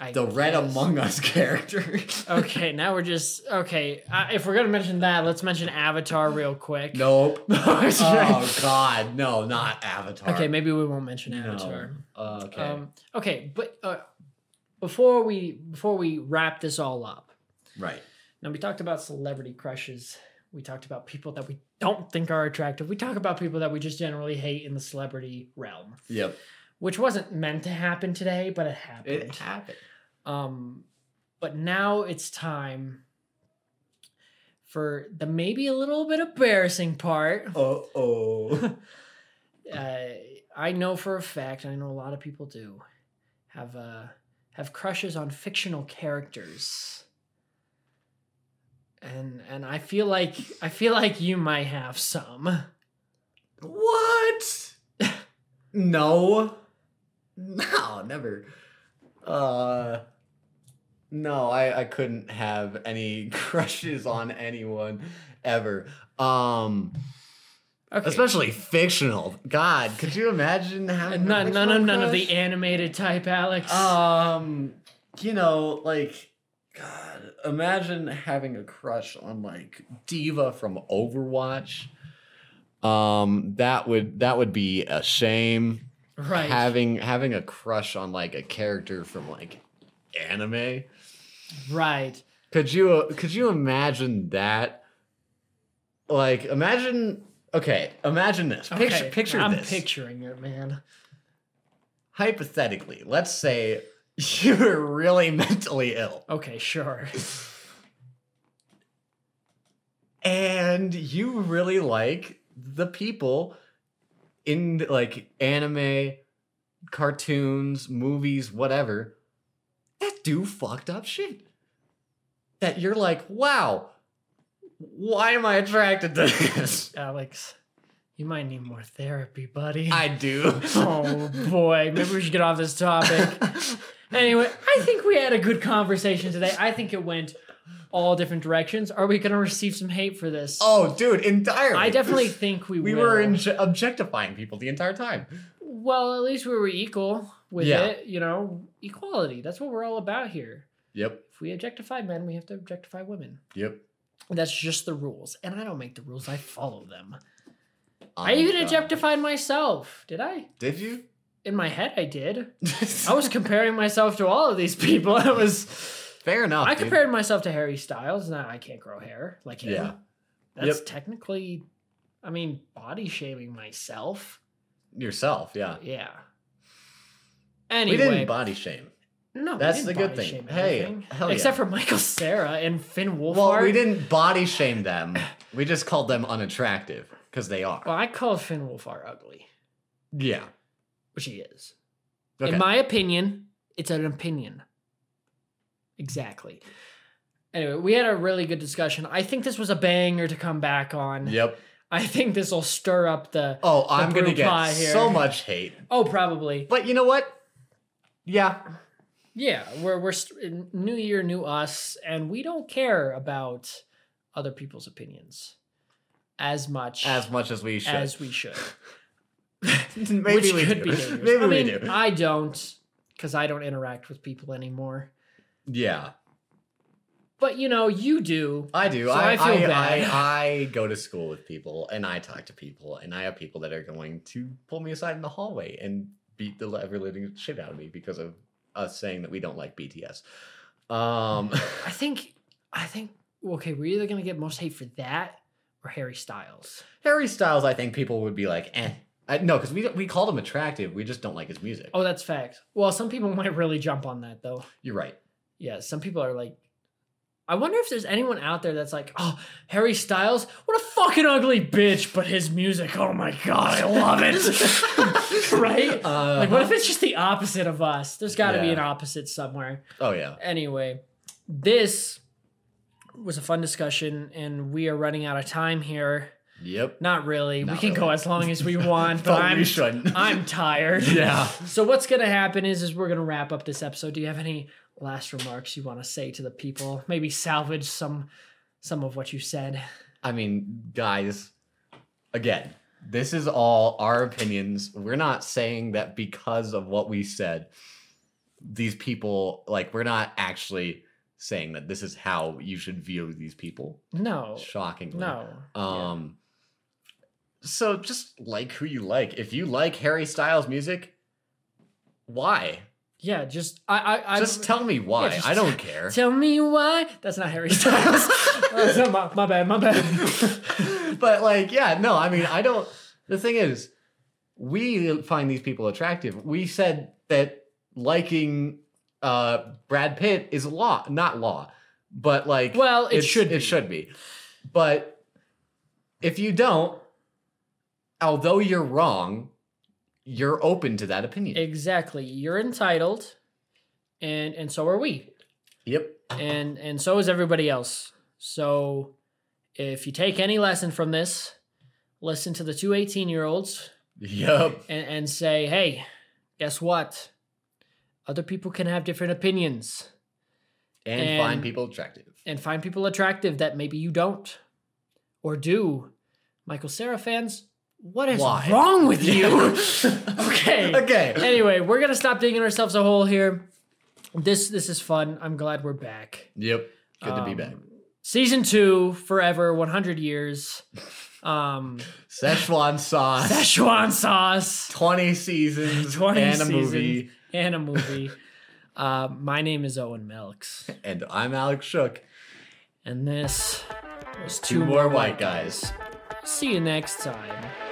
A: I
B: the Red
A: guess.
B: Among Us character.
A: Okay, now we're just okay. Uh, if we're gonna mention that, let's mention Avatar real quick. [laughs]
B: [laughs] nope.
A: That's
B: oh
A: right.
B: God, no, not Avatar.
A: Okay, maybe we won't mention
B: No.
A: Avatar.
B: Uh, okay.
A: Um, okay, but uh, before we before we wrap this all up,
B: right.
A: Now we talked about celebrity crushes. We talked about people that we don't think are attractive. We talk about people that we just generally hate in the celebrity realm,
B: Yep.
A: which wasn't meant to happen today, but it happened.
B: It happened.
A: um, but now it's time for the maybe a little bit embarrassing part.
B: Oh oh.
A: Uh, I know for a fact, and I know a lot of people do, have uh, have crushes on fictional characters. And and I feel like I feel like you might have some.
B: what?
A: [laughs]
B: no. No, never. Uh. No, I I couldn't have any [laughs] crushes on anyone ever. Um.
A: Okay.
B: Especially fictional. God, could you imagine
A: And
B: having a
A: none none
B: fictional
A: of none of
B: crush?
A: the animated type, Alex.
B: Um, you know, like, God, imagine having a crush on like Diva from Overwatch. Um, that would that would be a shame.
A: right.
B: Having having a crush on like a character from like anime.
A: right.
B: Could you could you imagine that? Like, imagine. Okay, imagine this. Picture
A: Okay,
B: picture
A: I'm
B: this.
A: picturing it, man.
B: Hypothetically, let's say [laughs] you were really mentally ill.
A: Okay, sure.
B: and you really like the people in like anime, cartoons, movies, whatever that do fucked up shit. That you're like, wow, why am I attracted to this? [laughs]
A: Alex, you might need more therapy, buddy.
B: I do.
A: [laughs] oh boy, maybe we should get off this topic. Anyway, I think we had a good conversation today. I think it went all different directions. Are we going to receive some hate for this?
B: oh, dude, entirely.
A: I definitely think we
B: we
A: will.
B: were in- objectifying people the entire time.
A: Well, at least we were equal with
B: Yeah.
A: it. You know, equality. That's what we're all about here.
B: Yep,
A: If we objectify men, we have to objectify women.
B: yep.
A: That's just the rules. And I don't make the rules, I follow them.
B: Oh
A: I
B: my
A: even
B: God.
A: objectified myself. Did I?
B: Did you?
A: In my head, I did. I was comparing myself to all of these people. [laughs] I was.
B: [laughs] Fair enough.
A: I
B: dude.
A: compared myself to Harry Styles. Now I can't grow hair like him.
B: Yeah.
A: That's technically, I mean, body shaming myself.
B: yourself. Yeah.
A: Yeah. Anyway,
B: We didn't body shame.
A: no, we
B: That's
A: didn't
B: the good
A: body
B: thing.
A: shame
B: Hey,
A: anything.
B: hell yeah.
A: except for Michael Sarah and Finn Wolfhard.
B: Well, we didn't body shame them. We just called them unattractive because they are.
A: Well, I call Finn Wolfhard ugly,
B: yeah.
A: which he is.
B: Okay.
A: In my opinion, it's an opinion. Exactly. Anyway, we had a really good discussion. I think this was a banger to come back on.
B: yep.
A: I think this will stir up the
B: Oh, I'm gonna
A: brew pie
B: get
A: here.
B: so much hate.
A: Oh, probably.
B: But you know what? Yeah.
A: Yeah, we're we're st- new year, new us, and we don't care about other people's opinions as much
B: As much as we should. [laughs]
A: as we should.
B: Maybe
A: which
B: we
A: could be
B: do. [laughs]
A: dangerous.
B: Maybe
A: I
B: we
A: mean,
B: do.
A: I don't because I don't interact with people anymore.
B: yeah.
A: But you know, you do.
B: I do.
A: So
B: I,
A: I feel
B: I,
A: bad.
B: I, I go to school with people and I talk to people and I have people that are going to pull me aside in the hallway and beat the ever living shit out of me because of us saying that we don't like BTS. Um, [laughs]
A: I think I think okay, we're either gonna get most hate for that or Harry Styles.
B: Harry Styles, I think people would be like, eh. I, no, because we we called him attractive. We just don't like his music.
A: Oh, that's fact. Well, some people [laughs] might really jump on that though.
B: You're right.
A: Yeah, some people are like, I wonder if there's anyone out there that's like, oh, Harry Styles, what a fucking ugly bitch, but his music, oh my god, I love it. [laughs] right?
B: Uh,
A: Like, what if it's just the opposite of us? There's got to be
B: Yeah.
A: an opposite somewhere.
B: oh yeah.
A: Anyway, this was a fun discussion, and we are running out of time here.
B: Yep.
A: Not really. we
B: Not
A: can go
B: really.
A: as long as
B: [laughs]
A: we want, but
B: But
A: I'm
B: we shouldn't.
A: [laughs]
B: [laughs]
A: I'm tired.
B: yeah.
A: So what's gonna happen is is we're gonna wrap up this episode. Do you have any last remarks you want to say to the people? Maybe salvage some some of what you said.
B: I mean, guys, again, this is all our opinions. We're not saying that because of what we said, these people, like, we're not actually saying that this is how you should view these people.
A: No,
B: Shockingly.
A: Oh. no.
B: Um, So just like who you like. If you like Harry Styles music, why?
A: yeah, just I I, I
B: just tell me why.
A: just [laughs]
B: I don't care.
A: tell me why. That's not Harry
B: [laughs]
A: Styles. [laughs] Oh, no, my, my bad, my bad. [laughs]
B: but like, yeah, no, I mean, I don't. The thing is, we find these people attractive. We said that liking uh, Brad Pitt is law, not law, but like,
A: Well, it
B: it's-
A: should be.
B: it should be. But if you don't, although you're wrong, you're open to that opinion.
A: exactly. You're entitled, and and so are we.
B: yep.
A: and and so is everybody else. So if you take any lesson from this, listen to the two 18 year olds
B: Yep.
A: and, and say, hey, guess what? Other people can have different opinions
B: And,
A: And-
B: find people attractive.
A: and find people attractive that maybe you don't or do. Michael Sarah fans, what is
B: Why?
A: wrong
B: [laughs]
A: with you? Okay.
B: okay. Okay.
A: anyway, we're gonna stop digging ourselves a hole here. This this is fun. I'm glad we're back.
B: Yep. Good to be
A: Um,
B: back.
A: season two forever 100 years
B: [laughs]
A: um
B: Szechuan sauce.
A: Szechuan sauce
B: 20
A: [laughs]
B: seasons
A: 20
B: and a
A: seasons.
B: movie.
A: and a movie uh my name is owen milks
B: And I'm Alex Shook.
A: and this was two,
B: Two more white guys.
A: see you next time